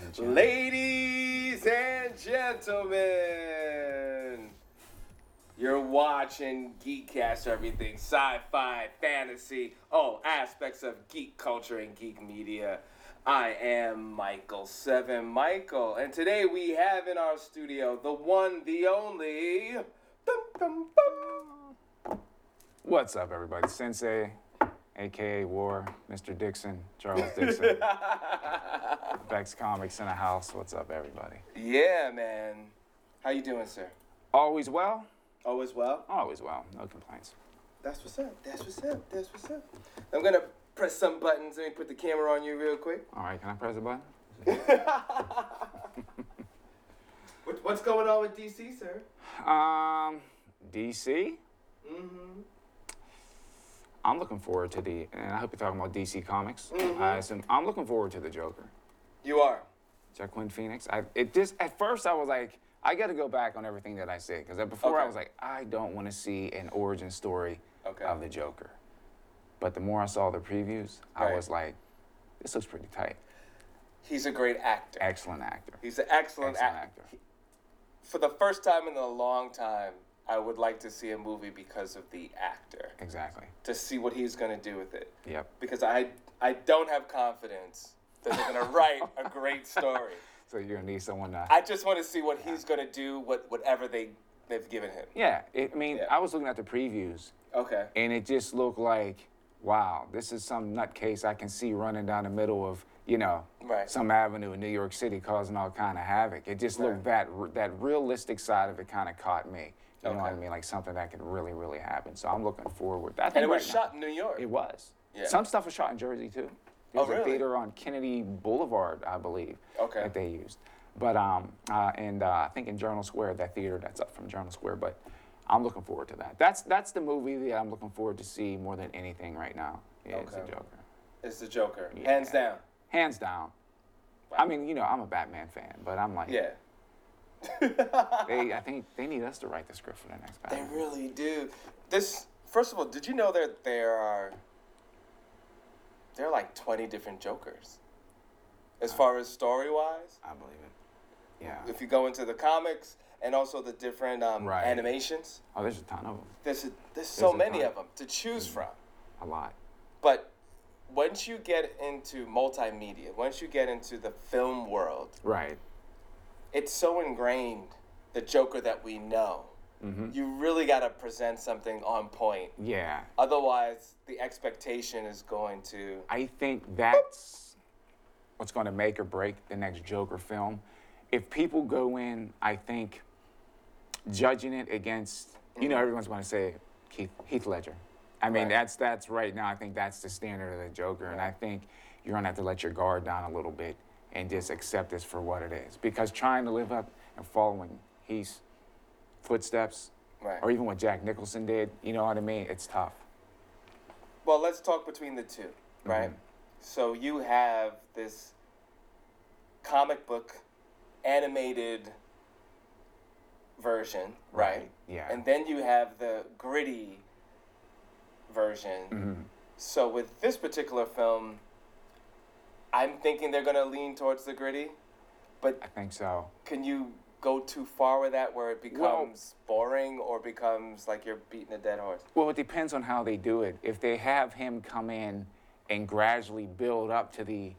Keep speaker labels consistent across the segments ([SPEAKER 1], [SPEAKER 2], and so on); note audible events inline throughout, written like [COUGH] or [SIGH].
[SPEAKER 1] and gentlemen.
[SPEAKER 2] Ladies and gentlemen, you're watching Geekcast Everything sci fi, fantasy, all aspects of geek culture and geek media. I am Michael Seven Michael, and today we have in our studio the one, the only. Dum, dum, dum.
[SPEAKER 3] What's up, everybody? Sensei, aka War, Mr. Dixon, Charles Dixon, Vex Comics in the house. What's up, everybody?
[SPEAKER 2] Yeah, man. How you doing, sir?
[SPEAKER 3] Always well.
[SPEAKER 2] All is well?
[SPEAKER 3] Always well. No complaints.
[SPEAKER 2] That's what's up. That's what's up. That's what's up. I'm gonna press some buttons. Let me put the camera on you real quick.
[SPEAKER 3] All right, can I press the button?
[SPEAKER 2] What, what's going on with DC, sir?
[SPEAKER 3] Um, DC. Mm-hmm. I'm looking forward to the, and I hope you're talking about DC Comics. I assume I'm looking forward to the Joker.
[SPEAKER 2] You are.
[SPEAKER 3] Jacqueline Phoenix. I it just at first I was like, I got to go back on everything that I said because before
[SPEAKER 2] Okay.
[SPEAKER 3] I was like, I don't want to see an origin story
[SPEAKER 2] Okay.
[SPEAKER 3] of the Joker. But the more I saw the previews,
[SPEAKER 2] Right.
[SPEAKER 3] I was like, this looks pretty tight.
[SPEAKER 2] He's a great actor.
[SPEAKER 3] Excellent actor.
[SPEAKER 2] He's an excellent,
[SPEAKER 3] Excellent
[SPEAKER 2] ac-
[SPEAKER 3] actor.
[SPEAKER 2] For the first time in a long time, I would like to see a movie because of the actor
[SPEAKER 3] Exactly.
[SPEAKER 2] to see what he's gonna do with it.
[SPEAKER 3] Yep.
[SPEAKER 2] Because I I don't have confidence that they're gonna write
[SPEAKER 3] [LAUGHS]
[SPEAKER 2] a great story.
[SPEAKER 3] So you're gonna need someone to.
[SPEAKER 2] I just want to see what he's gonna do. What whatever they they've given him.
[SPEAKER 3] yeah. It, I mean,
[SPEAKER 2] Yeah.
[SPEAKER 3] I was looking at the previews,
[SPEAKER 2] Okay.
[SPEAKER 3] and it just looked like, wow, this is some nutcase I can see running down the middle of, you know,
[SPEAKER 2] Right.
[SPEAKER 3] some avenue in New York City causing all kind of havoc. It just looked that r- that realistic side of it kind of caught me. You know what I
[SPEAKER 2] Okay.
[SPEAKER 3] mean? Like something that could really, really happen. So I'm looking forward. I think
[SPEAKER 2] And it was
[SPEAKER 3] right now-
[SPEAKER 2] shot in New York.
[SPEAKER 3] It was.
[SPEAKER 2] Yeah.
[SPEAKER 3] Some stuff was shot in Jersey too.
[SPEAKER 2] Oh,
[SPEAKER 3] There was a
[SPEAKER 2] really?
[SPEAKER 3] theater on Kennedy Boulevard, I believe.
[SPEAKER 2] Okay.
[SPEAKER 3] That they used. But um, uh, and uh, I think in Journal Square, that theater that's up from Journal Square. But I'm looking forward to that. That's that's the movie that I'm looking forward to see more than anything right now. Yeah, it's a
[SPEAKER 2] Okay.
[SPEAKER 3] Joker,
[SPEAKER 2] It's the Joker, hands down.
[SPEAKER 3] hands down. I mean, you know, I'm a Batman fan, but I'm like,
[SPEAKER 2] Yeah. [LAUGHS]
[SPEAKER 3] they, I think they need us to write the script for the next
[SPEAKER 2] They
[SPEAKER 3] Batman.
[SPEAKER 2] really do. This first of all, did you know that there are there are like twenty different Jokers, as far as story wise.
[SPEAKER 3] I believe it. Yeah.
[SPEAKER 2] If you go into the comics and also the different um,
[SPEAKER 3] Right.
[SPEAKER 2] animations,
[SPEAKER 3] Oh, there's a ton of them.
[SPEAKER 2] there's a, there's so
[SPEAKER 3] There's a
[SPEAKER 2] many
[SPEAKER 3] ton. Mm.
[SPEAKER 2] of them to choose from.
[SPEAKER 3] A lot.
[SPEAKER 2] But once you get into multimedia, once you get into the film world,
[SPEAKER 3] Right.
[SPEAKER 2] it's so ingrained the Joker that we know. You really got to present something on point
[SPEAKER 3] Yeah.
[SPEAKER 2] Otherwise, the expectation is going to.
[SPEAKER 3] I think that's what's going to make or break the next Joker film. If people go in, I think judging it against, you know, everyone's going to say Keith, Heath Ledger. I mean,
[SPEAKER 2] Right.
[SPEAKER 3] that's that's right now. I think that's the standard of the Joker, and I think you're going to have to let your guard down a little bit and just accept this for what it is. Because trying to live up and following Heath's footsteps,
[SPEAKER 2] Right.
[SPEAKER 3] or even what Jack Nicholson did, you know what I mean? It's tough.
[SPEAKER 2] Well, let's talk between the two, right?
[SPEAKER 3] Mm-hmm.
[SPEAKER 2] So you have this comic book animated version, right?
[SPEAKER 3] Right, yeah.
[SPEAKER 2] And then you have the gritty version.
[SPEAKER 3] Mm-hmm.
[SPEAKER 2] So with this particular film, I'm thinking they're going to lean towards the gritty, but
[SPEAKER 3] I think so.
[SPEAKER 2] can you go too far with that where it
[SPEAKER 3] Well-
[SPEAKER 2] becomes boring or becomes like you're beating a dead horse?
[SPEAKER 3] Well, it depends on how they do it. If they have him come in and gradually build up to the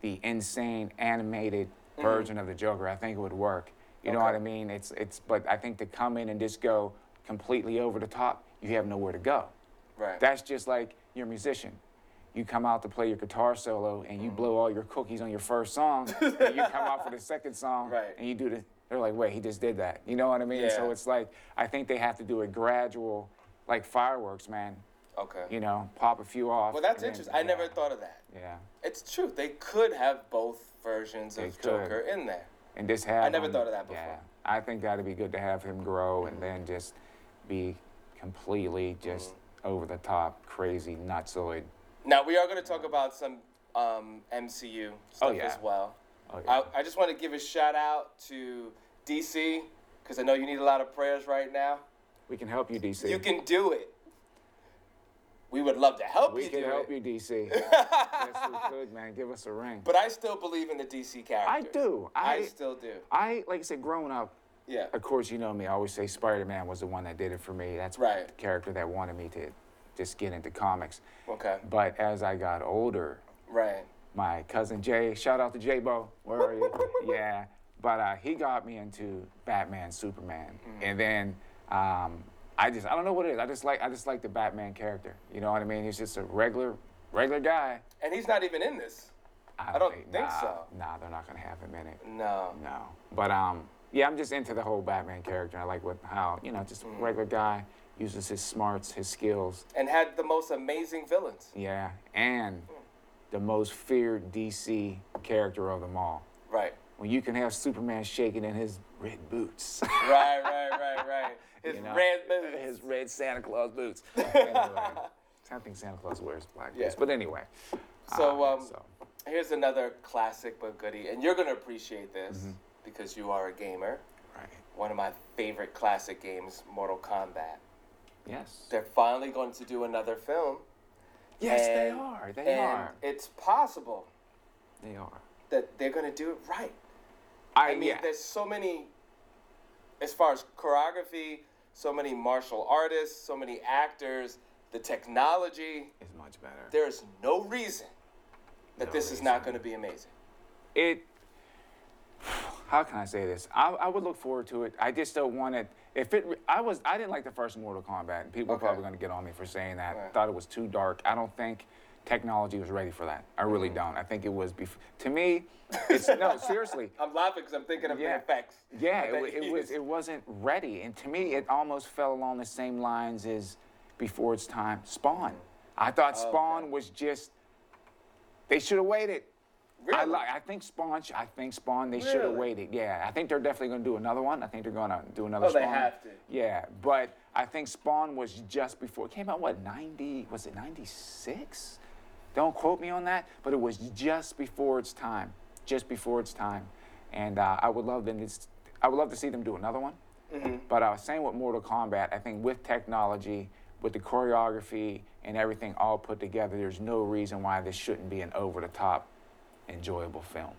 [SPEAKER 3] the insane animated version of the Joker, I think it would work. You know
[SPEAKER 2] Okay.
[SPEAKER 3] what I mean? It's it's but I think to come in and just go completely over the top, you have nowhere to go.
[SPEAKER 2] Right.
[SPEAKER 3] That's just like you're a musician. You come out to play your guitar solo and you blow all your cookies on your first song, and
[SPEAKER 2] [LAUGHS]
[SPEAKER 3] you come out for the second song,
[SPEAKER 2] Right.
[SPEAKER 3] and you do the. They're like, wait, he just did that. You know what I mean?
[SPEAKER 2] Yeah.
[SPEAKER 3] So it's like I think they have to do a gradual, like fireworks, man.
[SPEAKER 2] okay.
[SPEAKER 3] You know, pop a few off.
[SPEAKER 2] well, that's
[SPEAKER 3] and then-
[SPEAKER 2] interesting. I never thought of that.
[SPEAKER 3] Yeah,
[SPEAKER 2] It's true. They could have both versions
[SPEAKER 3] They
[SPEAKER 2] of
[SPEAKER 3] could.
[SPEAKER 2] Joker in there.
[SPEAKER 3] and just have.
[SPEAKER 2] I never
[SPEAKER 3] him-
[SPEAKER 2] thought of that before.
[SPEAKER 3] Yeah, I think that'd be good to have him grow and then just be completely just
[SPEAKER 2] Mm-hmm.
[SPEAKER 3] over the top, crazy, nutsoid.
[SPEAKER 2] Now, we are going to talk about some um, MCU stuff
[SPEAKER 3] yeah.
[SPEAKER 2] as well.
[SPEAKER 3] Oh, yeah.
[SPEAKER 2] I, I just want to give a shout out to DC because I know you need a lot of prayers right now.
[SPEAKER 3] We can help you, DC.
[SPEAKER 2] You can do it. We would love to help
[SPEAKER 3] We
[SPEAKER 2] you
[SPEAKER 3] can
[SPEAKER 2] do
[SPEAKER 3] help
[SPEAKER 2] it.
[SPEAKER 3] you,
[SPEAKER 2] [LAUGHS]
[SPEAKER 3] DC. yes, we could, man. Give us a ring.
[SPEAKER 2] But I still believe in the DC character.
[SPEAKER 3] I do.
[SPEAKER 2] I,
[SPEAKER 3] I,
[SPEAKER 2] still do.
[SPEAKER 3] I like I said, growing up,
[SPEAKER 2] Yeah.
[SPEAKER 3] of course, you know me. I always say Spider Man was the one that did it for me. That's
[SPEAKER 2] Right.
[SPEAKER 3] the character that wanted me to just get into comics.
[SPEAKER 2] Okay.
[SPEAKER 3] But as I got older,
[SPEAKER 2] Right.
[SPEAKER 3] my cousin Jay, shout out to J Bo, where are you?
[SPEAKER 2] [LAUGHS]
[SPEAKER 3] yeah, but uh, he got me into Batman, Superman,
[SPEAKER 2] Mm.
[SPEAKER 3] and then um, I just I don't know what it is. I just like I just like the Batman character. You know what I mean? He's just a regular regular guy.
[SPEAKER 2] And he's not even in this. I don't think
[SPEAKER 3] nah,
[SPEAKER 2] so.
[SPEAKER 3] Nah, they're not gonna have him in it.
[SPEAKER 2] No.
[SPEAKER 3] No, but um, yeah, I'm just into the whole Batman character. I like what how you know just
[SPEAKER 2] Mm-hmm.
[SPEAKER 3] regular guy uses his smarts, his skills.
[SPEAKER 2] And had the most amazing villains.
[SPEAKER 3] Yeah, and the most feared DC character of them all.
[SPEAKER 2] Right.
[SPEAKER 3] when you can have Superman shaking in his red boots. [LAUGHS]
[SPEAKER 2] Right, right, right, right. His
[SPEAKER 3] You know?
[SPEAKER 2] red moon.
[SPEAKER 3] his red Santa Claus [LAUGHS] boots. anyway, I don't think Santa Claus wears black
[SPEAKER 2] Yeah.
[SPEAKER 3] boots, but anyway.
[SPEAKER 2] So,
[SPEAKER 3] Uh,
[SPEAKER 2] um, here's another classic but goodie. And you're going to appreciate this
[SPEAKER 3] Mm-hmm.
[SPEAKER 2] because you are a gamer.
[SPEAKER 3] right.
[SPEAKER 2] One of my favorite classic games, Mortal Kombat.
[SPEAKER 3] Yes.
[SPEAKER 2] They're finally going to do another film.
[SPEAKER 3] Yes, they
[SPEAKER 2] and-
[SPEAKER 3] are. They
[SPEAKER 2] and
[SPEAKER 3] are.
[SPEAKER 2] It's possible
[SPEAKER 3] They are.
[SPEAKER 2] that they're going to do it right.
[SPEAKER 3] I,
[SPEAKER 2] I mean,
[SPEAKER 3] yeah.
[SPEAKER 2] there's so many, as far as choreography, so many martial artists, so many actors, the technology.
[SPEAKER 3] It's much better.
[SPEAKER 2] There is no reason that
[SPEAKER 3] No
[SPEAKER 2] this is not
[SPEAKER 3] reason.
[SPEAKER 2] going to be amazing.
[SPEAKER 3] it [SIGHS] how can i say this I, I would look forward to it i just don't want it if it re- i was i didn't like the first mortal kombat and people are
[SPEAKER 2] Okay.
[SPEAKER 3] probably going to get on me for saying that
[SPEAKER 2] Right.
[SPEAKER 3] thought it was too dark i don't think technology was ready for that i
[SPEAKER 2] Mm-hmm.
[SPEAKER 3] really don't i think it was bef-
[SPEAKER 2] [LAUGHS]
[SPEAKER 3] to me it's no seriously
[SPEAKER 2] I'm laughing because I'm thinking of
[SPEAKER 3] Yeah.
[SPEAKER 2] the effects.
[SPEAKER 3] yeah
[SPEAKER 2] that
[SPEAKER 3] it, wa-
[SPEAKER 2] they
[SPEAKER 3] it was
[SPEAKER 2] used.
[SPEAKER 3] it wasn't ready and to me it almost fell along the same lines as before its time spawn i thought spawn was just they should have waited I,
[SPEAKER 2] Really?
[SPEAKER 3] like, I think Spawn. sh- I think Spawn. They should have
[SPEAKER 2] Really?
[SPEAKER 3] waited. Yeah, I think they're definitely going to do another one. I think they're going to do another.
[SPEAKER 2] Oh, they
[SPEAKER 3] Spawn.
[SPEAKER 2] have to.
[SPEAKER 3] Yeah, but I think Spawn was just before it came out. What ninety? Was it ninety six? Don't quote me on that, but it was just before its time. Just before its time, and uh, I would love them. To, I would love to see them do another one.
[SPEAKER 2] Mm-hmm.
[SPEAKER 3] But I was saying with Mortal Kombat, I think with technology, with the choreography and everything all put together, there's no reason why this shouldn't be an over the top, enjoyable film.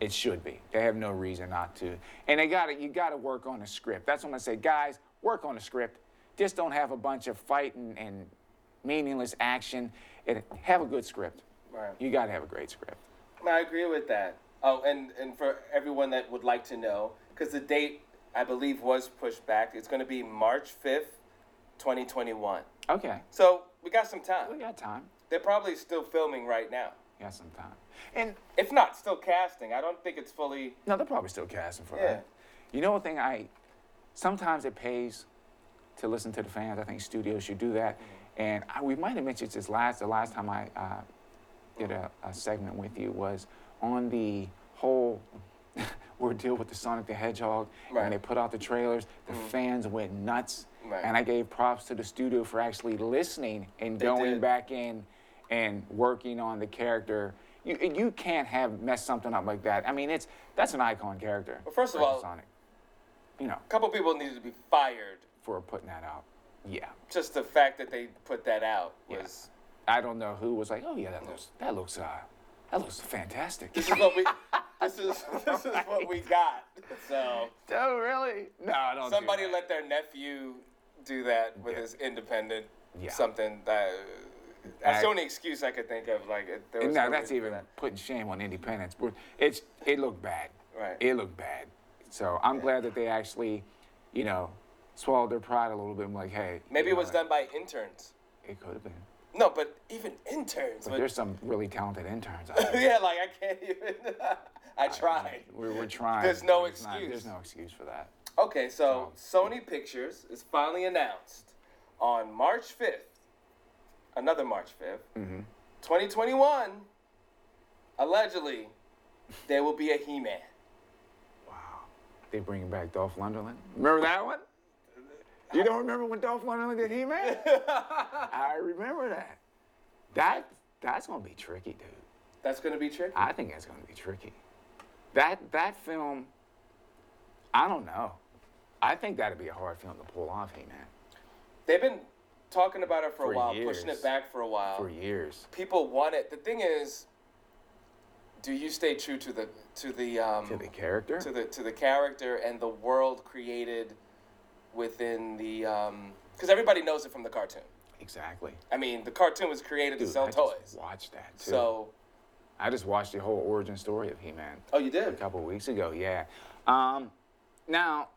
[SPEAKER 3] It should be. They have no reason not to. And they got You got to work on the script. That's what I say, guys. Work on the script. Just don't have a bunch of fighting and meaningless action. And have a good script.
[SPEAKER 2] Right.
[SPEAKER 3] You got to have a great script.
[SPEAKER 2] I agree with that. Oh, and, and for everyone that would like to know, because the date, I believe, was pushed back, it's going to be March 5th, 2021.
[SPEAKER 3] Okay.
[SPEAKER 2] So we got some
[SPEAKER 3] We
[SPEAKER 2] time.
[SPEAKER 3] got time.
[SPEAKER 2] They're probably still filming right now.
[SPEAKER 3] We got some time. And
[SPEAKER 2] If not, still casting. I don't think it's fully.
[SPEAKER 3] No, they're probably still casting for
[SPEAKER 2] Yeah.
[SPEAKER 3] that. You know, one thing I sometimes it pays to listen to the fans. I think studios should do that.
[SPEAKER 2] Mm-hmm.
[SPEAKER 3] And I, we might have mentioned this last the last time I uh, did a, a segment with you was on the whole [LAUGHS] ordeal with the Sonic the Hedgehog.
[SPEAKER 2] Right. Mm-hmm.
[SPEAKER 3] And they put out the trailers. The fans went nuts.
[SPEAKER 2] Right.
[SPEAKER 3] And I gave props to the studio for actually listening and going
[SPEAKER 2] did.
[SPEAKER 3] back in and working on the character. You, you can't have messed something up like that. I mean, it's that's an icon character. Well,
[SPEAKER 2] first of all-
[SPEAKER 3] Sonic, you know,
[SPEAKER 2] A couple people needed to be fired.
[SPEAKER 3] for putting that out. Yeah,
[SPEAKER 2] Just the fact that they put that out was.
[SPEAKER 3] I don't know who was like, oh yeah, that looks that looks uh, that
[SPEAKER 2] [LAUGHS]
[SPEAKER 3] looks fantastic.
[SPEAKER 2] This is what we. This is [LAUGHS] this is what we got. So
[SPEAKER 3] oh really? No, I don't. do
[SPEAKER 2] somebody
[SPEAKER 3] that.
[SPEAKER 2] let their nephew do that with
[SPEAKER 3] Yeah.
[SPEAKER 2] his independent
[SPEAKER 3] Yeah.
[SPEAKER 2] something. That that's
[SPEAKER 3] I-
[SPEAKER 2] the only excuse I could think of. Like it- there was
[SPEAKER 3] No,
[SPEAKER 2] no
[SPEAKER 3] that's
[SPEAKER 2] reason
[SPEAKER 3] even
[SPEAKER 2] for that.
[SPEAKER 3] putting shame on independence. We're- It's it looked bad.
[SPEAKER 2] Right.
[SPEAKER 3] It looked bad. So I'm glad that they actually, you know, swallowed their pride a little bit. and like, hey,
[SPEAKER 2] Maybe
[SPEAKER 3] you
[SPEAKER 2] it was
[SPEAKER 3] know,
[SPEAKER 2] done by interns.
[SPEAKER 3] It could have been.
[SPEAKER 2] No, but even interns.
[SPEAKER 3] But
[SPEAKER 2] would-
[SPEAKER 3] there's some really talented interns. out there.
[SPEAKER 2] [LAUGHS] yeah, like I can't even. [LAUGHS] I tried.
[SPEAKER 3] We're, we're trying.
[SPEAKER 2] There's no
[SPEAKER 3] but it's not-
[SPEAKER 2] excuse.
[SPEAKER 3] there's no excuse for that.
[SPEAKER 2] Okay, so Sony Pictures is finally announced on March 5th, another March 5th,
[SPEAKER 3] Mm-hmm.
[SPEAKER 2] 2021. Allegedly, there will be a He Man.
[SPEAKER 3] They bringing back Dolph Lundgren. Remember that one? You don't remember when Dolph Lundgren did He-Man?
[SPEAKER 2] [LAUGHS]
[SPEAKER 3] I remember that. That that's gonna be tricky, dude.
[SPEAKER 2] That's going to be tricky.
[SPEAKER 3] I think that's going to be tricky. That that film, I don't know. I think that'd be a hard film to pull off, hey man.
[SPEAKER 2] They've been talking about it for,
[SPEAKER 3] For
[SPEAKER 2] a while,
[SPEAKER 3] years.
[SPEAKER 2] pushing it back for a while.
[SPEAKER 3] for years.
[SPEAKER 2] People want it. The thing is, do you stay true to the to the um,
[SPEAKER 3] To the character?
[SPEAKER 2] to the to the character and the world created within the um because everybody knows it from the cartoon.
[SPEAKER 3] exactly.
[SPEAKER 2] I mean, the cartoon was created
[SPEAKER 3] Dude,
[SPEAKER 2] to sell
[SPEAKER 3] I
[SPEAKER 2] toys.
[SPEAKER 3] just watched that too.
[SPEAKER 2] So,
[SPEAKER 3] I just watched the whole origin story of He-Man
[SPEAKER 2] oh, you
[SPEAKER 3] a
[SPEAKER 2] did.
[SPEAKER 3] couple weeks ago. Yeah. Um, now,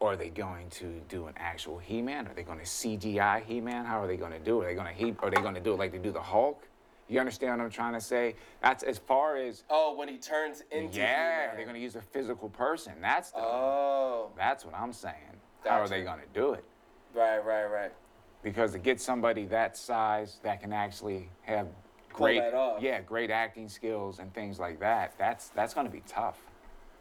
[SPEAKER 3] are they going to do an actual He-Man? Are they going to CGI He-Man? How are they going to do it? Are they going to he- Are they going to do it like they do the Hulk? You understand what I'm trying to say? That's as far as
[SPEAKER 2] Oh, when he turns into
[SPEAKER 3] yeah.
[SPEAKER 2] He-Man.
[SPEAKER 3] They're going to use a physical person. That's the,
[SPEAKER 2] Oh,
[SPEAKER 3] that's what I'm saying. How are
[SPEAKER 2] Gotcha.
[SPEAKER 3] they going to do it?
[SPEAKER 2] right, right, right.
[SPEAKER 3] because to get somebody that size that can actually have great
[SPEAKER 2] that off.
[SPEAKER 3] yeah great acting skills and things like that that's that's going to be tough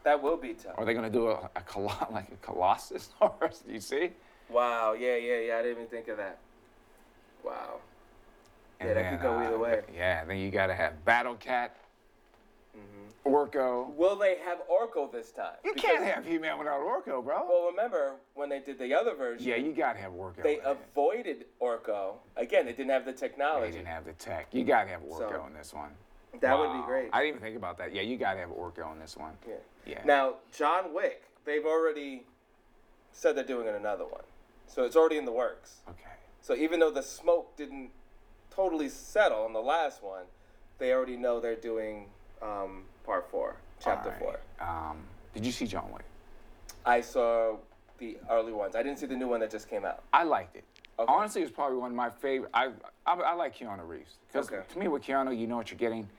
[SPEAKER 2] That will be tough.
[SPEAKER 3] are they going to do a, a colo- [LAUGHS] like a colossus horse you see
[SPEAKER 2] Wow. Yeah, yeah, yeah. I didn't even think of that. Wow.
[SPEAKER 3] and
[SPEAKER 2] Yeah, that could go either way.
[SPEAKER 3] uh, yeah then you got to have battle cat
[SPEAKER 2] Mm-hmm.
[SPEAKER 3] orko
[SPEAKER 2] Will they have Orko this time?
[SPEAKER 3] you can't have he-man without orko bro
[SPEAKER 2] Well, remember when they did the other version?
[SPEAKER 3] yeah you got to have orko
[SPEAKER 2] They
[SPEAKER 3] in it.
[SPEAKER 2] avoided Orko. Again, they didn't have the
[SPEAKER 3] they
[SPEAKER 2] technology.
[SPEAKER 3] didn't have the tech you got to have orko
[SPEAKER 2] So-
[SPEAKER 3] in this one
[SPEAKER 2] That would be
[SPEAKER 3] Wow.
[SPEAKER 2] great.
[SPEAKER 3] i didn't even think about that yeah you got to have orko in this one
[SPEAKER 2] Yeah.
[SPEAKER 3] Yeah.
[SPEAKER 2] Now, John Wick, they've already said they're doing another one. So it's already in the works.
[SPEAKER 3] okay
[SPEAKER 2] So even though the smoke didn't totally settle on the last one, they already know they're doing um, part four, chapter
[SPEAKER 3] All
[SPEAKER 2] four.
[SPEAKER 3] right. um, did you see john wick
[SPEAKER 2] I saw the early ones. I didn't see the new one that just came out.
[SPEAKER 3] I liked it.
[SPEAKER 2] Okay.
[SPEAKER 3] Honestly, it was probably one of my favorite. I I, I like Keanu Reeves because
[SPEAKER 2] Okay.
[SPEAKER 3] to me, with Keanu, you know what you're getting.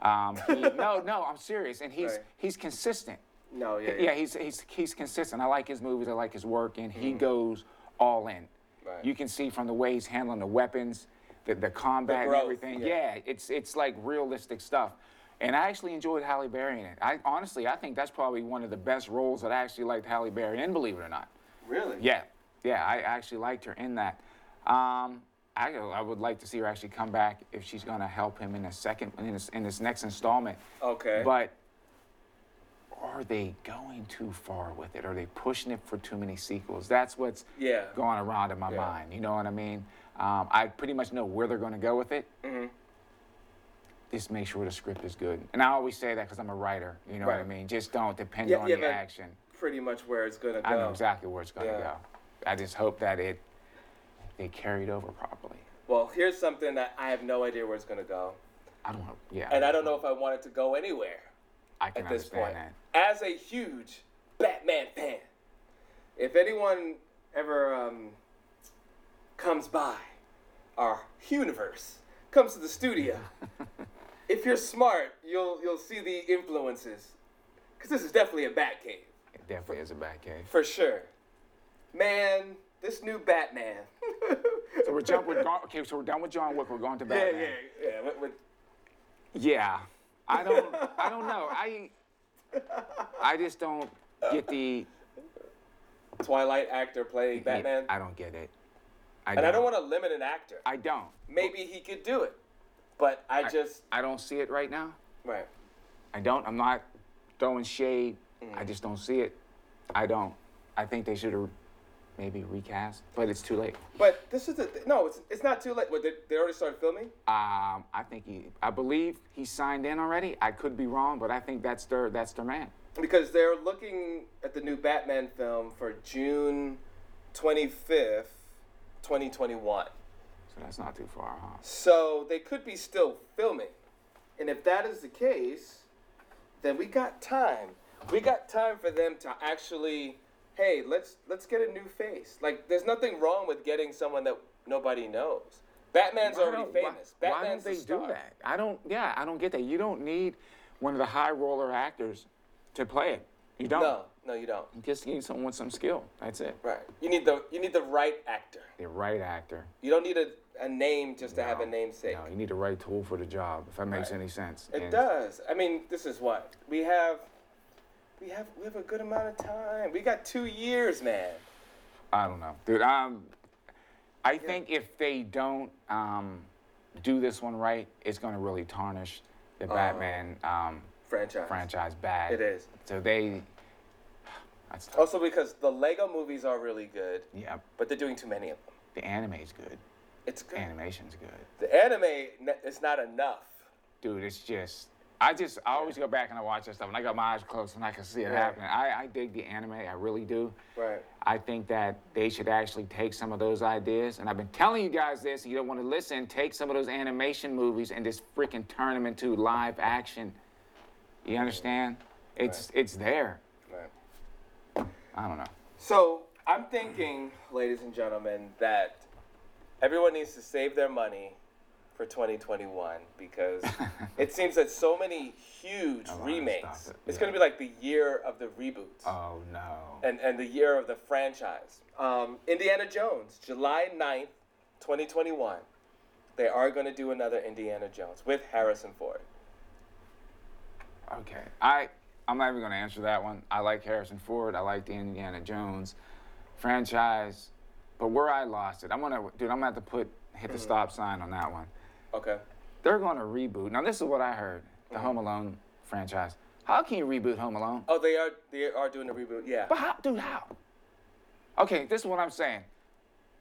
[SPEAKER 3] Um,
[SPEAKER 2] [LAUGHS]
[SPEAKER 3] he- no, no, I'm serious, and he's
[SPEAKER 2] Right.
[SPEAKER 3] he's consistent.
[SPEAKER 2] No, yeah, yeah.
[SPEAKER 3] Yeah, he's he's he's consistent. I like his movies. I like his work, and he goes all in.
[SPEAKER 2] Mm-hmm. Right.
[SPEAKER 3] You can see from the way he's handling the weapons, the, the combat,
[SPEAKER 2] growth,
[SPEAKER 3] and everything.
[SPEAKER 2] yeah.
[SPEAKER 3] Yeah. it's it's like realistic stuff. And I actually enjoyed Halle Berry in it. I honestly, I think that's probably one of the best roles that I actually liked Halle Berry in. Believe it or not.
[SPEAKER 2] Really?
[SPEAKER 3] Yeah, yeah, I actually liked her in that. Um, I, I would like to see her actually come back if she's gonna help him in a second in this, in this next installment.
[SPEAKER 2] Okay.
[SPEAKER 3] But are they going too far with it? Are they pushing it for too many sequels? That's what's
[SPEAKER 2] Yeah.
[SPEAKER 3] going around in my
[SPEAKER 2] Yeah.
[SPEAKER 3] mind. You know what I mean? Um, I pretty much know where they're gonna go with it.
[SPEAKER 2] Mm-hmm.
[SPEAKER 3] Just make sure the script is good. And I always say that because I'm a writer. You know what I
[SPEAKER 2] Right.
[SPEAKER 3] mean? Just don't depend
[SPEAKER 2] Yeah,
[SPEAKER 3] on
[SPEAKER 2] yeah,
[SPEAKER 3] the
[SPEAKER 2] but-
[SPEAKER 3] action.
[SPEAKER 2] Pretty much where it's gonna go.
[SPEAKER 3] I know exactly where it's going to
[SPEAKER 2] Yeah.
[SPEAKER 3] go. I just hope that it they carried over properly.
[SPEAKER 2] Well, here's something that I have no idea where it's gonna go,
[SPEAKER 3] I don't know. Yeah.
[SPEAKER 2] and I don't know if I want it to go anywhere.
[SPEAKER 3] I can
[SPEAKER 2] at this point.
[SPEAKER 3] understand that.
[SPEAKER 2] As a huge Batman fan, if anyone ever um, comes by our universe, comes to the
[SPEAKER 3] [LAUGHS]
[SPEAKER 2] studio, if you're smart, you'll you'll see the influences, because this is definitely a Bat Cave
[SPEAKER 3] It definitely is a bad case.
[SPEAKER 2] for sure. Man, this new Batman. [LAUGHS]
[SPEAKER 3] So we're jump, we're gone, okay. So we're done with John Wick. We're going to
[SPEAKER 2] yeah,
[SPEAKER 3] Batman.
[SPEAKER 2] yeah, yeah. With, with,
[SPEAKER 3] Yeah. I don't. I
[SPEAKER 2] [LAUGHS]
[SPEAKER 3] don't know. I. I just don't get the.
[SPEAKER 2] Twilight actor playing Batman,
[SPEAKER 3] I don't get it. I
[SPEAKER 2] and I don't want to limit an actor.
[SPEAKER 3] I don't.
[SPEAKER 2] Maybe he could do it, but I just
[SPEAKER 3] I don't see it right now.
[SPEAKER 2] right.
[SPEAKER 3] I don't. I'm not throwing shade. I just don't see it. I don't. I think they should have maybe recast, but it's too late.
[SPEAKER 2] But this is the th- no. It's it's not too late. What, they, they already started filming.
[SPEAKER 3] Um, I think he, I believe he signed in already. I could be wrong, but I think that's their, that's their man.
[SPEAKER 2] because they're looking at the new Batman film for June 25th, 2021.
[SPEAKER 3] So that's not too far off.
[SPEAKER 2] So they could be still filming. And if that is the case, then we got time. We got time for them to actually hey, let's let's get a new face. Like there's nothing wrong with getting someone that nobody knows. Batman's already
[SPEAKER 3] Why don't-
[SPEAKER 2] famous.
[SPEAKER 3] Why, why
[SPEAKER 2] Batman's
[SPEAKER 3] don't they
[SPEAKER 2] a star.
[SPEAKER 3] do that? I don't. Yeah, I don't get that. You don't need one of the high roller actors to play it. You don't.
[SPEAKER 2] No, no you don't.
[SPEAKER 3] You just need someone with some skill. That's it.
[SPEAKER 2] Right. You need the you need the right actor.
[SPEAKER 3] The right actor.
[SPEAKER 2] You don't need a, a name just to have a namesake.
[SPEAKER 3] No, you need the right tool for the job. If that makes any sense.
[SPEAKER 2] It
[SPEAKER 3] And-
[SPEAKER 2] does. I mean, this is what we have. We have we have a good amount of time. We got two years, man.
[SPEAKER 3] I don't know, dude. Um, I think if they don't um, do this one right, it's going to really tarnish the Batman um,
[SPEAKER 2] Franchise.
[SPEAKER 3] franchise bad.
[SPEAKER 2] Oh. It is.
[SPEAKER 3] So they. That's tough.
[SPEAKER 2] Also, because the Lego movies are really good,
[SPEAKER 3] Yeah.
[SPEAKER 2] but they're doing too many of them.
[SPEAKER 3] The anime's good.
[SPEAKER 2] It's good.
[SPEAKER 3] Animation's good.
[SPEAKER 2] The anime, n- it's not enough.
[SPEAKER 3] Dude, it's just. I just I always go back and I watch that stuff, and I got my eyes closed, and I can see it
[SPEAKER 2] Right.
[SPEAKER 3] happening. I, I dig the anime, I really do.
[SPEAKER 2] Right.
[SPEAKER 3] I think that they should actually take some of those ideas, and I've been telling you guys this, and you don't want to listen. Take some of those animation movies and just freaking turn them into live action. You understand? It's it's there.
[SPEAKER 2] Right.
[SPEAKER 3] I don't know.
[SPEAKER 2] So I'm thinking, ladies and gentlemen, that everyone needs to save their money for 2021
[SPEAKER 3] [LAUGHS]
[SPEAKER 2] because it seems that so many huge
[SPEAKER 3] lot of
[SPEAKER 2] remakes.
[SPEAKER 3] stuff,
[SPEAKER 2] It's
[SPEAKER 3] yeah.
[SPEAKER 2] going to be like the year of the reboots
[SPEAKER 3] Oh no.
[SPEAKER 2] and, and the year of the franchise. Um, Indiana Jones, July 9th, 2021. They are going to do another Indiana Jones with Harrison Ford.
[SPEAKER 3] Okay. I I'm not even gonna answer that one. I like Harrison Ford. I like the Indiana Jones franchise, but where I lost it, I'm gonna dude. I'm gonna have to put hit the stop sign on that one.
[SPEAKER 2] Okay.
[SPEAKER 3] They're gonna reboot. Now this is what I heard. The
[SPEAKER 2] Mm-hmm.
[SPEAKER 3] Home Alone franchise. How can you reboot Home Alone?
[SPEAKER 2] Oh, they are they are doing a reboot. Yeah.
[SPEAKER 3] But how, dude, how? Okay, this is what I'm saying.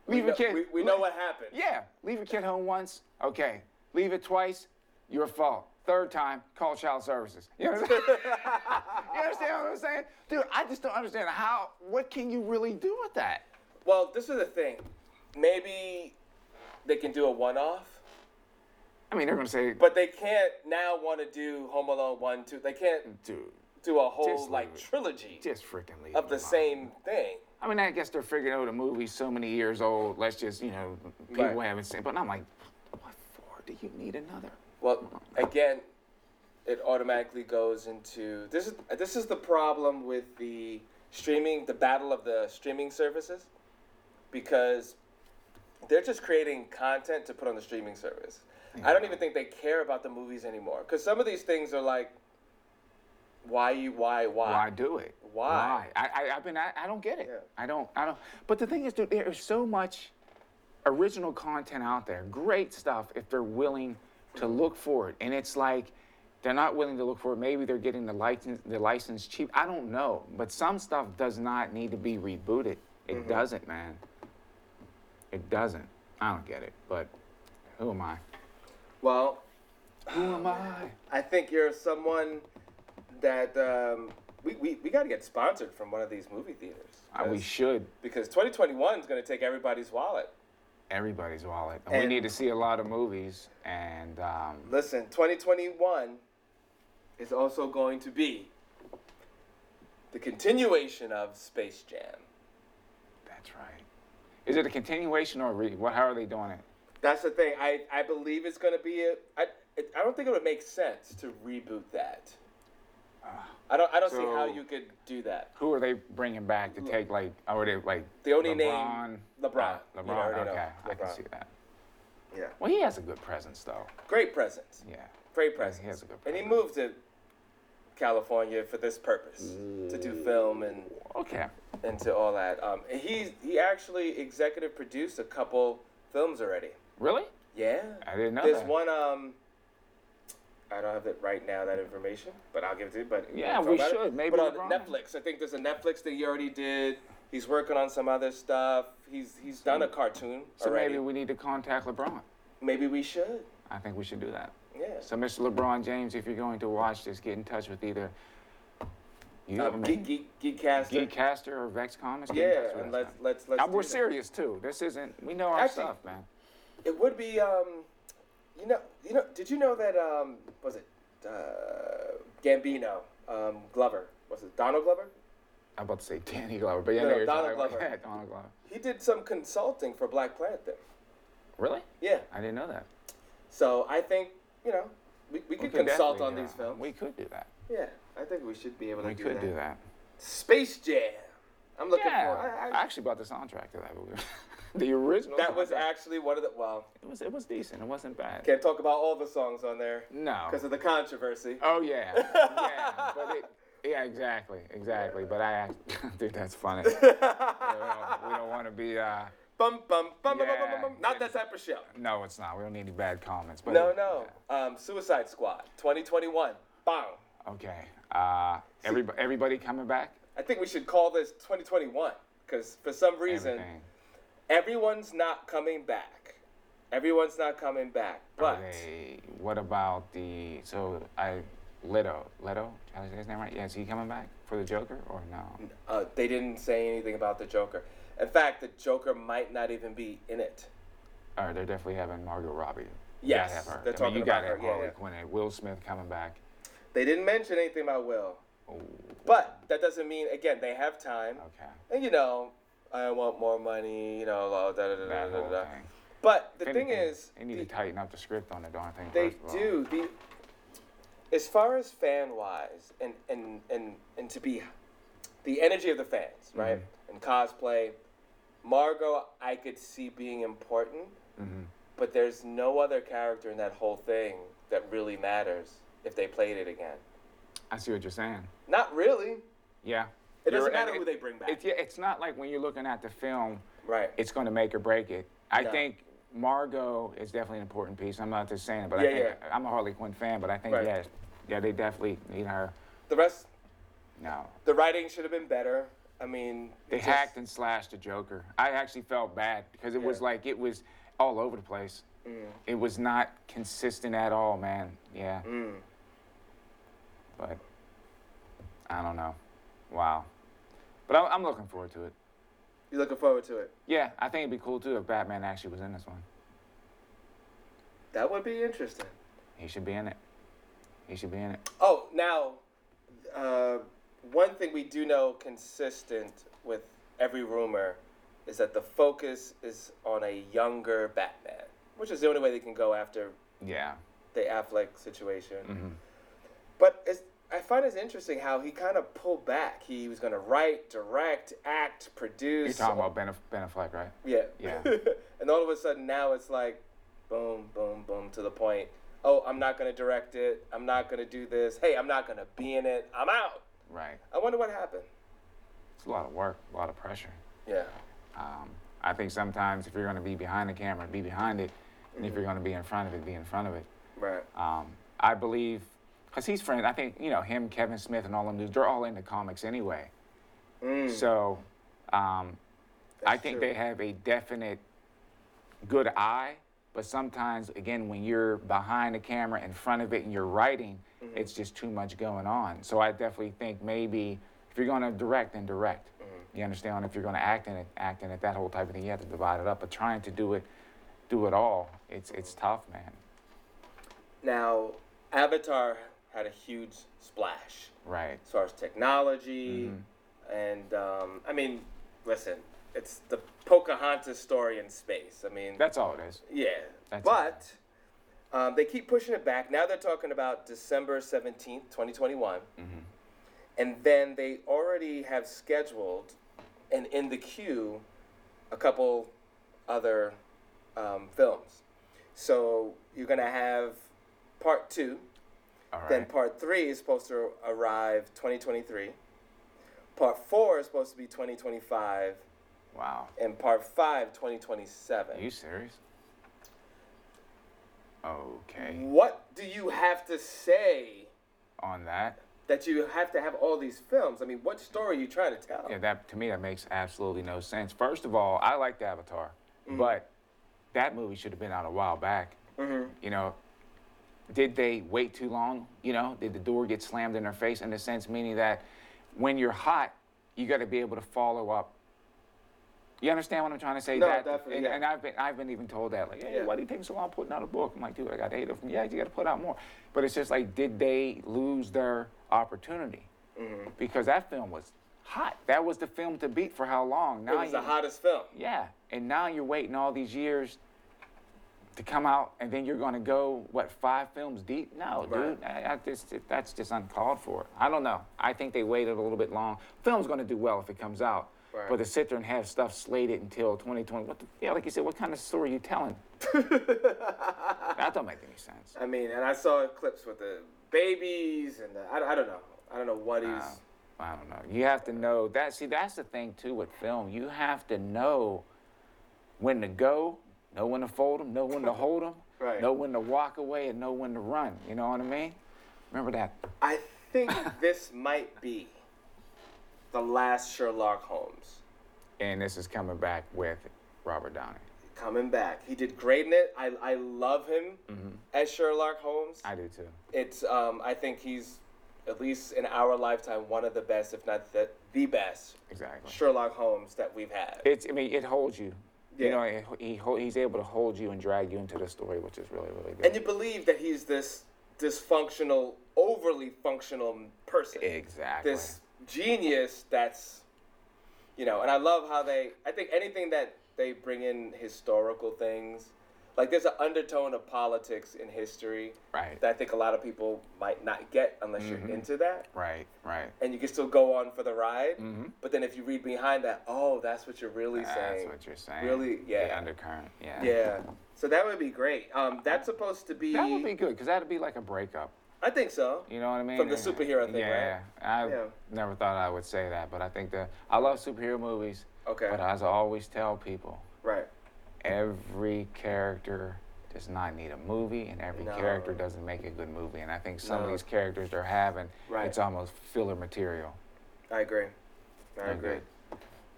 [SPEAKER 2] we
[SPEAKER 3] Leave
[SPEAKER 2] know,
[SPEAKER 3] a kid.
[SPEAKER 2] we, we know what happened.
[SPEAKER 3] Yeah, leave a kid home once. Okay, leave it twice. Your fault. Third time, call child services. You
[SPEAKER 2] [LAUGHS]
[SPEAKER 3] understand? you understand what I'm saying, dude? I just don't understand how. What can you really do with that?
[SPEAKER 2] Well, this is the thing. Maybe they can do a one-off,
[SPEAKER 3] I mean, they're gonna say,
[SPEAKER 2] but they can't now want to do Home Alone one, two. They can't
[SPEAKER 3] dude,
[SPEAKER 2] do a whole
[SPEAKER 3] Just leave
[SPEAKER 2] like
[SPEAKER 3] it.
[SPEAKER 2] trilogy
[SPEAKER 3] just freaking leave.
[SPEAKER 2] of the
[SPEAKER 3] it alone.
[SPEAKER 2] same thing.
[SPEAKER 3] I mean, I guess they're figuring out a movie so many years old. Let's just, you know, people
[SPEAKER 2] Right.
[SPEAKER 3] haven't seen. But I'm like, what for? Do you need another?
[SPEAKER 2] Well, again, it automatically goes into this is this is the problem with the streaming, the battle of the streaming services, because they're just creating content to put on the streaming service. I don't even think they care about the movies anymore because some of these things are like, why you, why, why?
[SPEAKER 3] Why do it?
[SPEAKER 2] Why?
[SPEAKER 3] Why? I, I, I've been, I, I don't get it.
[SPEAKER 2] Yeah.
[SPEAKER 3] I don't, I don't. But the thing is, dude, there is so much original content out there, great stuff, if they're willing to look for it. And it's like, they're not willing to look for it. Maybe they're getting the license, the license cheap. I don't know. But some stuff does not need to be rebooted. It
[SPEAKER 2] Mm-hmm.
[SPEAKER 3] doesn't, man. It doesn't. I don't get it. But who am I?
[SPEAKER 2] Well,
[SPEAKER 3] Who am I?
[SPEAKER 2] I think you're someone that um, we, we, we got to get sponsored from one of these movie theaters.
[SPEAKER 3] Uh, we
[SPEAKER 2] because-
[SPEAKER 3] should.
[SPEAKER 2] because 2021 is going to take everybody's wallet.
[SPEAKER 3] Everybody's wallet. And,
[SPEAKER 2] And-
[SPEAKER 3] we need to see a lot of movies. And um,
[SPEAKER 2] Listen, 2021 is also going to be the continuation of Space Jam.
[SPEAKER 3] That's right. Is it a continuation or a re? What? How are they doing it?
[SPEAKER 2] That's the thing. I, I believe it's going to be a. I, it, I don't think it would make sense to reboot that. I don't, I don't see how
[SPEAKER 3] So-
[SPEAKER 2] you could do that.
[SPEAKER 3] Who are they bringing back to take like? Oh, are they like?
[SPEAKER 2] The only name- LeBron.
[SPEAKER 3] LeBron.
[SPEAKER 2] You
[SPEAKER 3] LeBron.
[SPEAKER 2] already know,
[SPEAKER 3] okay, I can
[SPEAKER 2] LeBron.
[SPEAKER 3] see that.
[SPEAKER 2] Yeah.
[SPEAKER 3] Well, he has a good presence though.
[SPEAKER 2] Great presence.
[SPEAKER 3] Yeah.
[SPEAKER 2] Great presence.
[SPEAKER 3] He has a good
[SPEAKER 2] and he moved to California for this purpose to do film and
[SPEAKER 3] Okay.
[SPEAKER 2] into all that. Um, he's he actually executive produced a couple films already.
[SPEAKER 3] Really?
[SPEAKER 2] Yeah,
[SPEAKER 3] I didn't know
[SPEAKER 2] There's
[SPEAKER 3] that.
[SPEAKER 2] one. Um, I don't have it right now that information, but I'll give it to you. But you
[SPEAKER 3] Yeah,
[SPEAKER 2] wanna talk
[SPEAKER 3] we
[SPEAKER 2] about it?
[SPEAKER 3] should. Maybe
[SPEAKER 2] But on
[SPEAKER 3] LeBron.
[SPEAKER 2] Netflix, I think there's a Netflix that he already did. He's working on some other stuff. He's he's done a cartoon
[SPEAKER 3] So
[SPEAKER 2] already.
[SPEAKER 3] maybe we need to contact LeBron.
[SPEAKER 2] Maybe we should.
[SPEAKER 3] I think we should do that.
[SPEAKER 2] Yeah.
[SPEAKER 3] So, Mr. LeBron James, if you're going to watch this, get in touch with either you,
[SPEAKER 2] Um, geek, geek, geekcaster.
[SPEAKER 3] Geekcaster, or Vex Comics. get in touch
[SPEAKER 2] Yeah,
[SPEAKER 3] with
[SPEAKER 2] and
[SPEAKER 3] us,
[SPEAKER 2] let's
[SPEAKER 3] man.
[SPEAKER 2] let's let's.
[SPEAKER 3] Uh,
[SPEAKER 2] do
[SPEAKER 3] we're
[SPEAKER 2] that.
[SPEAKER 3] serious too. This isn't. We know our
[SPEAKER 2] Actually-
[SPEAKER 3] stuff, man.
[SPEAKER 2] It would be, um, you know, you know. Did you know that um, was it uh, Gambino, um, Glover? Was it Donald Glover?
[SPEAKER 3] I'm about to say Danny Glover, but yeah,
[SPEAKER 2] No,
[SPEAKER 3] no, you're
[SPEAKER 2] Donald
[SPEAKER 3] talking about-
[SPEAKER 2] Glover.
[SPEAKER 3] yeah, [LAUGHS] Donald Glover.
[SPEAKER 2] He did some consulting for Black Planet then.
[SPEAKER 3] Really?
[SPEAKER 2] Yeah.
[SPEAKER 3] I didn't know that.
[SPEAKER 2] So I think you know we, we could
[SPEAKER 3] could
[SPEAKER 2] consult on
[SPEAKER 3] definitely,
[SPEAKER 2] these
[SPEAKER 3] uh,
[SPEAKER 2] films.
[SPEAKER 3] We could do that.
[SPEAKER 2] yeah, I think we should be able to
[SPEAKER 3] We
[SPEAKER 2] do,
[SPEAKER 3] could
[SPEAKER 2] that.
[SPEAKER 3] do that.
[SPEAKER 2] Space Jam. I'm looking
[SPEAKER 3] Yeah,
[SPEAKER 2] for.
[SPEAKER 3] I,
[SPEAKER 2] I, I,
[SPEAKER 3] actually bought the soundtrack to that movie. [LAUGHS] the original.
[SPEAKER 2] that was
[SPEAKER 3] soundtrack.
[SPEAKER 2] actually one of the. Well,
[SPEAKER 3] It was. It was decent. It wasn't bad.
[SPEAKER 2] can't talk about all the songs on there
[SPEAKER 3] No.
[SPEAKER 2] because of the controversy. [LAUGHS]
[SPEAKER 3] Oh yeah. Yeah. but it, yeah. Exactly. Exactly. But I. act- [LAUGHS] Dude,
[SPEAKER 2] [LAUGHS]
[SPEAKER 3] that's funny. Yeah, we don't, we don't want to be. Uh,
[SPEAKER 2] Bum bum bum bum bum
[SPEAKER 3] Yeah.
[SPEAKER 2] bum bum. Not that type of show.
[SPEAKER 3] no, it's not. We don't need any bad comments. But
[SPEAKER 2] No, no. Um, Suicide Squad, 2021. Bang.
[SPEAKER 3] Okay. Uh, everybody, everybody coming back.
[SPEAKER 2] I think we should call this 2021 because for some reason
[SPEAKER 3] Everything.
[SPEAKER 2] everything, everyone's not coming back. Everyone's not coming back. But
[SPEAKER 3] Okay, what about the so I Leto Leto? Did I say his name right? Yeah, is he coming back for the Joker or no?
[SPEAKER 2] uh, they didn't say anything about the Joker. In fact, the Joker might not even be in it.
[SPEAKER 3] Or they're definitely having Margot Robbie. You
[SPEAKER 2] Yes,
[SPEAKER 3] gotta have her.
[SPEAKER 2] they're
[SPEAKER 3] I mean,
[SPEAKER 2] talking
[SPEAKER 3] you
[SPEAKER 2] about
[SPEAKER 3] gotta
[SPEAKER 2] her,
[SPEAKER 3] have
[SPEAKER 2] yeah,
[SPEAKER 3] Harley
[SPEAKER 2] yeah.
[SPEAKER 3] Quinn. and Will Smith coming back.
[SPEAKER 2] They didn't mention anything about Will.
[SPEAKER 3] Oh,
[SPEAKER 2] But that doesn't mean, again, they have time.
[SPEAKER 3] okay.
[SPEAKER 2] And, you know, I want more money, you know, blah, da da da da
[SPEAKER 3] That
[SPEAKER 2] da
[SPEAKER 3] whole
[SPEAKER 2] da.
[SPEAKER 3] thing.
[SPEAKER 2] But the
[SPEAKER 3] If
[SPEAKER 2] thing
[SPEAKER 3] anything,
[SPEAKER 2] is,
[SPEAKER 3] they need
[SPEAKER 2] the-
[SPEAKER 3] to tighten up the script on the darn thing.
[SPEAKER 2] They
[SPEAKER 3] first of
[SPEAKER 2] do.
[SPEAKER 3] all.
[SPEAKER 2] The as far as fan wise and, and and and to be the energy of the fans,
[SPEAKER 3] Mm-hmm.
[SPEAKER 2] right? And cosplay, Margot I could see being important,
[SPEAKER 3] Mm-hmm.
[SPEAKER 2] but there's no other character in that whole thing that really matters if they played it again.
[SPEAKER 3] I see what you're saying.
[SPEAKER 2] Not really.
[SPEAKER 3] Yeah.
[SPEAKER 2] It
[SPEAKER 3] You're- e-
[SPEAKER 2] doesn't matter
[SPEAKER 3] and
[SPEAKER 2] who
[SPEAKER 3] it-
[SPEAKER 2] they bring back.
[SPEAKER 3] It's, yeah, it's not like when you're looking at the film,
[SPEAKER 2] right.
[SPEAKER 3] it's going to make or break it. I
[SPEAKER 2] No.
[SPEAKER 3] think Margot is definitely an important piece. I'm not just saying it, but
[SPEAKER 2] Yeah,
[SPEAKER 3] I think
[SPEAKER 2] yeah.
[SPEAKER 3] I'm a Harley Quinn fan, but I think
[SPEAKER 2] Right.
[SPEAKER 3] yes, yeah, they definitely need her.
[SPEAKER 2] the rest
[SPEAKER 3] No,
[SPEAKER 2] the writing should have been better. I mean
[SPEAKER 3] they
[SPEAKER 2] just-
[SPEAKER 3] hacked and slashed the Joker. I actually felt bad because it was
[SPEAKER 2] Yeah. Mm.
[SPEAKER 3] like it was all over the place. It was not consistent at all, man. Yeah.
[SPEAKER 2] Mm.
[SPEAKER 3] But I don't know. Wow. But I'm, I'm looking forward to it.
[SPEAKER 2] you're looking forward to it.
[SPEAKER 3] Yeah, I think it'd be cool too if Batman actually was in this one.
[SPEAKER 2] That would be interesting.
[SPEAKER 3] He should be in it. He should be in it.
[SPEAKER 2] Oh, now, uh, one thing we do know consistent with every rumor is that the focus is on a younger Batman, which is the only way they can go after
[SPEAKER 3] Yeah.
[SPEAKER 2] the Affleck situation. But it's, I find it's interesting how he kind of pulled back. He was going to write, direct, act,
[SPEAKER 3] You're
[SPEAKER 2] produce.
[SPEAKER 3] talking about Ben, Aff- ben Affleck, right?
[SPEAKER 2] Yeah.
[SPEAKER 3] Yeah.
[SPEAKER 2] [LAUGHS] and all of a sudden now it's like, boom, boom, boom to the point. Oh, I'm not gonna direct it. I'm not gonna do this. Hey, I'm not gonna be in it. I'm out.
[SPEAKER 3] Right.
[SPEAKER 2] I wonder what happened.
[SPEAKER 3] It's a lot of work, a lot of pressure.
[SPEAKER 2] Yeah.
[SPEAKER 3] Um, I think sometimes if you're going to be behind the camera, be behind it. And if you're going to be in front of it, be in front of it.
[SPEAKER 2] Right.
[SPEAKER 3] Um, I believe, because he's friends, I think, you know, him, Kevin Smith, and all them dudes, they're all into comics anyway. So um, I
[SPEAKER 2] That's
[SPEAKER 3] think
[SPEAKER 2] true.
[SPEAKER 3] they have a definite good eye. But sometimes, again, when you're behind the camera, in front of it, and you're writing,
[SPEAKER 2] Mm-hmm.
[SPEAKER 3] it's just too much going on. So I definitely think maybe if you're going to direct, then direct.
[SPEAKER 2] Mm-hmm.
[SPEAKER 3] You understand? If you're going to act in it, act in it, that whole type of thing, you have to divide it up. But trying to do it, do it all, it's, it's
[SPEAKER 2] Mm-hmm.
[SPEAKER 3] tough, man.
[SPEAKER 2] Now, Avatar had a huge splash
[SPEAKER 3] Right.
[SPEAKER 2] as far as technology,
[SPEAKER 3] Mm-hmm.
[SPEAKER 2] and um, I mean, listen, it's the Pocahontas story in space. I mean,
[SPEAKER 3] That's all it is.
[SPEAKER 2] Yeah.
[SPEAKER 3] That's
[SPEAKER 2] but um, they keep pushing it back. Now they're talking about December 17th, 2021.
[SPEAKER 3] Mm-hmm.
[SPEAKER 2] And then they already have scheduled and in the queue a couple other um, films. So you're going to have part two.
[SPEAKER 3] All right.
[SPEAKER 2] Then part three is supposed to arrive 2023. Part four is supposed to be 2025.
[SPEAKER 3] wow.
[SPEAKER 2] And part five,
[SPEAKER 3] Are
[SPEAKER 2] 2027.
[SPEAKER 3] you serious? Okay.
[SPEAKER 2] What do you have to say Mm-hmm.
[SPEAKER 3] On that,
[SPEAKER 2] that you have to have all these films? I mean, what story are you trying to tell?
[SPEAKER 3] yeah, that to me that makes absolutely no sense. First of all, I liked Avatar,
[SPEAKER 2] Mm-hmm.
[SPEAKER 3] but that movie should have been out a while back.
[SPEAKER 2] Mm-hmm.
[SPEAKER 3] You know, did they wait too long? You know, did the door get slammed in their face in a sense, meaning that when you're hot, you got to be able to follow up. You understand what I'm trying to say?
[SPEAKER 2] No,
[SPEAKER 3] that,
[SPEAKER 2] definitely,
[SPEAKER 3] And,
[SPEAKER 2] yeah.
[SPEAKER 3] and I've been I've been even told that like, hey,
[SPEAKER 2] Yeah.
[SPEAKER 3] why do you take so long putting out a book? I'm like, dude, I got eight of them. Yeah, you got to put out more. But it's just like, did they lose their opportunity?
[SPEAKER 2] Mm-hmm.
[SPEAKER 3] Because that film was hot. That was the film to beat for how long? Now
[SPEAKER 2] It was the
[SPEAKER 3] you-
[SPEAKER 2] hottest film.
[SPEAKER 3] yeah, and now you're waiting all these years to come out, and then you're going to go what five films deep? No,
[SPEAKER 2] Right.
[SPEAKER 3] dude, I, I just, that's just uncalled for. I don't know. I think they waited a little bit long. Film's going to do well if it comes out,
[SPEAKER 2] Right.
[SPEAKER 3] but to sit there and have stuff slated until 2020, what the, yeah, like you said, what kind of story are
[SPEAKER 2] [LAUGHS]
[SPEAKER 3] you telling? that don't make any sense.
[SPEAKER 2] I mean, and I saw clips with the babies and the, I, I don't know. I don't know what he's.
[SPEAKER 3] I don't know. You have to know that. See, that's the thing too with film. You have to know when to go, know when to fold them, know when to hold them,
[SPEAKER 2] [LAUGHS] Right.
[SPEAKER 3] know when to walk away, and know when to run. You know what I mean? Remember that?
[SPEAKER 2] I think [LAUGHS] this might be the last Sherlock Holmes.
[SPEAKER 3] And this is coming back with Robert Downey.
[SPEAKER 2] Coming back. He did great in it. I, I love him as Sherlock Holmes.
[SPEAKER 3] Mm-hmm. I do too.
[SPEAKER 2] it's um, I think he's at least in our lifetime one of the best, if not the, the best
[SPEAKER 3] Exactly.
[SPEAKER 2] Sherlock Holmes that we've had.
[SPEAKER 3] It's. I mean, it holds you.
[SPEAKER 2] Yeah.
[SPEAKER 3] You know, it, he hol- he's able to hold you and drag you into the story, which is really really good.
[SPEAKER 2] and you believe that he's this dysfunctional, overly functional person.
[SPEAKER 3] exactly.
[SPEAKER 2] This genius that's, you know, and I love how they, I think anything that they bring in historical things, like there's an undertone of politics in history
[SPEAKER 3] Right. Mm-hmm.
[SPEAKER 2] that I think a lot of people might not get unless you're into that.
[SPEAKER 3] Right. Right.
[SPEAKER 2] And you can still go on for the ride. But then if you read behind that, oh, that's what you're really
[SPEAKER 3] Mm-hmm. That's
[SPEAKER 2] saying.
[SPEAKER 3] what you're saying.
[SPEAKER 2] Really, yeah.
[SPEAKER 3] The undercurrent. Yeah.
[SPEAKER 2] Yeah. So that would be great. Um, that's supposed to be.
[SPEAKER 3] That would be good because that'd be like a breakup.
[SPEAKER 2] I think so.
[SPEAKER 3] You know what I mean?
[SPEAKER 2] From the superhero thing,
[SPEAKER 3] yeah,
[SPEAKER 2] right?
[SPEAKER 3] I
[SPEAKER 2] Yeah.
[SPEAKER 3] never thought I would say that, but I think that I love superhero movies.
[SPEAKER 2] Okay.
[SPEAKER 3] But as I always tell people,
[SPEAKER 2] Right.
[SPEAKER 3] every character does not need a movie, and every
[SPEAKER 2] No.
[SPEAKER 3] character doesn't make a good movie. And I think some of
[SPEAKER 2] No.
[SPEAKER 3] these characters they're having,
[SPEAKER 2] Right.
[SPEAKER 3] it's almost filler material.
[SPEAKER 2] I agree. I
[SPEAKER 3] They're
[SPEAKER 2] agree.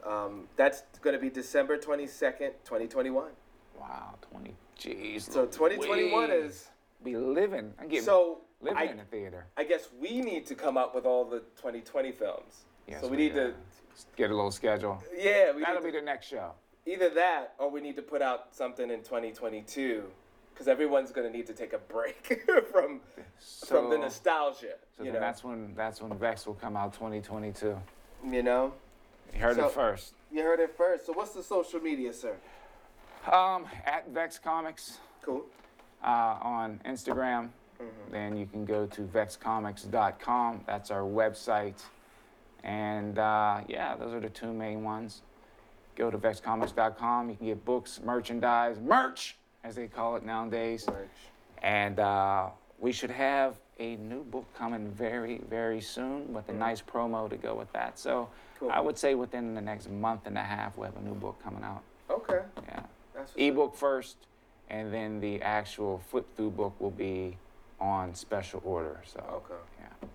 [SPEAKER 3] good.
[SPEAKER 2] Um, that's going to be December 22nd, 2021.
[SPEAKER 3] Wow, twenty. Jeez.
[SPEAKER 2] So 2021
[SPEAKER 3] Louise.
[SPEAKER 2] is.
[SPEAKER 3] be living. I'm getting
[SPEAKER 2] So
[SPEAKER 3] living
[SPEAKER 2] I,
[SPEAKER 3] in the theater.
[SPEAKER 2] I guess we need to come up with all the 2020 films.
[SPEAKER 3] Yes,
[SPEAKER 2] so we, need
[SPEAKER 3] do.
[SPEAKER 2] to.
[SPEAKER 3] get a little schedule.
[SPEAKER 2] Yeah, we
[SPEAKER 3] That'll
[SPEAKER 2] need
[SPEAKER 3] be
[SPEAKER 2] to,
[SPEAKER 3] the next show.
[SPEAKER 2] either that or we need to put out something in 2022 because everyone's going to need to take a break [LAUGHS] from from the
[SPEAKER 3] So-
[SPEAKER 2] nostalgia.
[SPEAKER 3] So
[SPEAKER 2] you
[SPEAKER 3] then
[SPEAKER 2] know,
[SPEAKER 3] that's when that's when Vex will come out 2022.
[SPEAKER 2] you know,
[SPEAKER 3] You heard
[SPEAKER 2] So-
[SPEAKER 3] it first.
[SPEAKER 2] you heard it first. So what's the social media, sir?
[SPEAKER 3] Um, at Vex Comics
[SPEAKER 2] Cool.
[SPEAKER 3] uh, on Instagram. Then you can go to vexcomics.com. That's our website. And uh, yeah, those are the two main ones. Go to vexcomics.com. You can get books, merchandise, merch, as they call it nowadays. And uh, we should have a new book coming very, very soon with a nice promo to go with that. So
[SPEAKER 2] Cool.
[SPEAKER 3] I would say within the next month and a half, we have a new book coming out.
[SPEAKER 2] Okay.
[SPEAKER 3] Yeah.
[SPEAKER 2] That's what's up.
[SPEAKER 3] Ebook first, and then the actual flip through book will be on special order. So,
[SPEAKER 2] Okay.
[SPEAKER 3] yeah.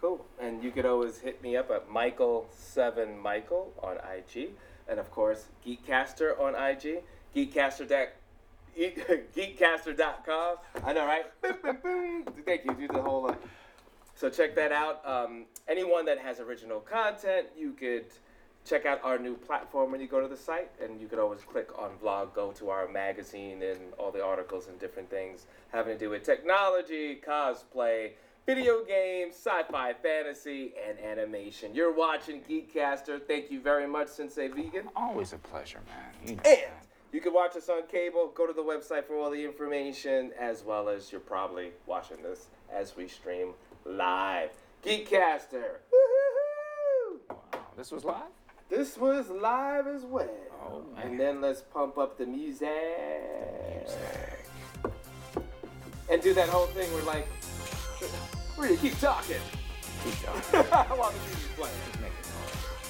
[SPEAKER 2] Cool. And you could always hit me up at Michael7Michael on IG. And of course, Geekcaster on IG. Geekcaster [LAUGHS] deck. Geekcaster.com. I know, right? Thank you. Do the whole. Uh, so check that out. Um, anyone that has original content, you could check out our new platform when you go to the site, and you could always click on blog, go to our magazine, and all the articles and different things having to do with technology, cosplay, video games, sci-fi, fantasy, and animation. You're watching Geekcaster. Thank you very much, Sensei Vegan.
[SPEAKER 3] Always a pleasure, man. You know
[SPEAKER 2] And
[SPEAKER 3] that.
[SPEAKER 2] you can watch us on cable. Go to the website for all the information, as well as you're probably watching this as we stream live. Geekcaster. Woo-hoo-hoo!
[SPEAKER 3] Wow. This was live?
[SPEAKER 2] This was live as well.
[SPEAKER 3] Oh, man.
[SPEAKER 2] And then let's pump up the music. And do that whole thing where like, [LAUGHS] where you keep talking. [LAUGHS]
[SPEAKER 3] Keep going.
[SPEAKER 2] I want the music playing.
[SPEAKER 3] Make it noise.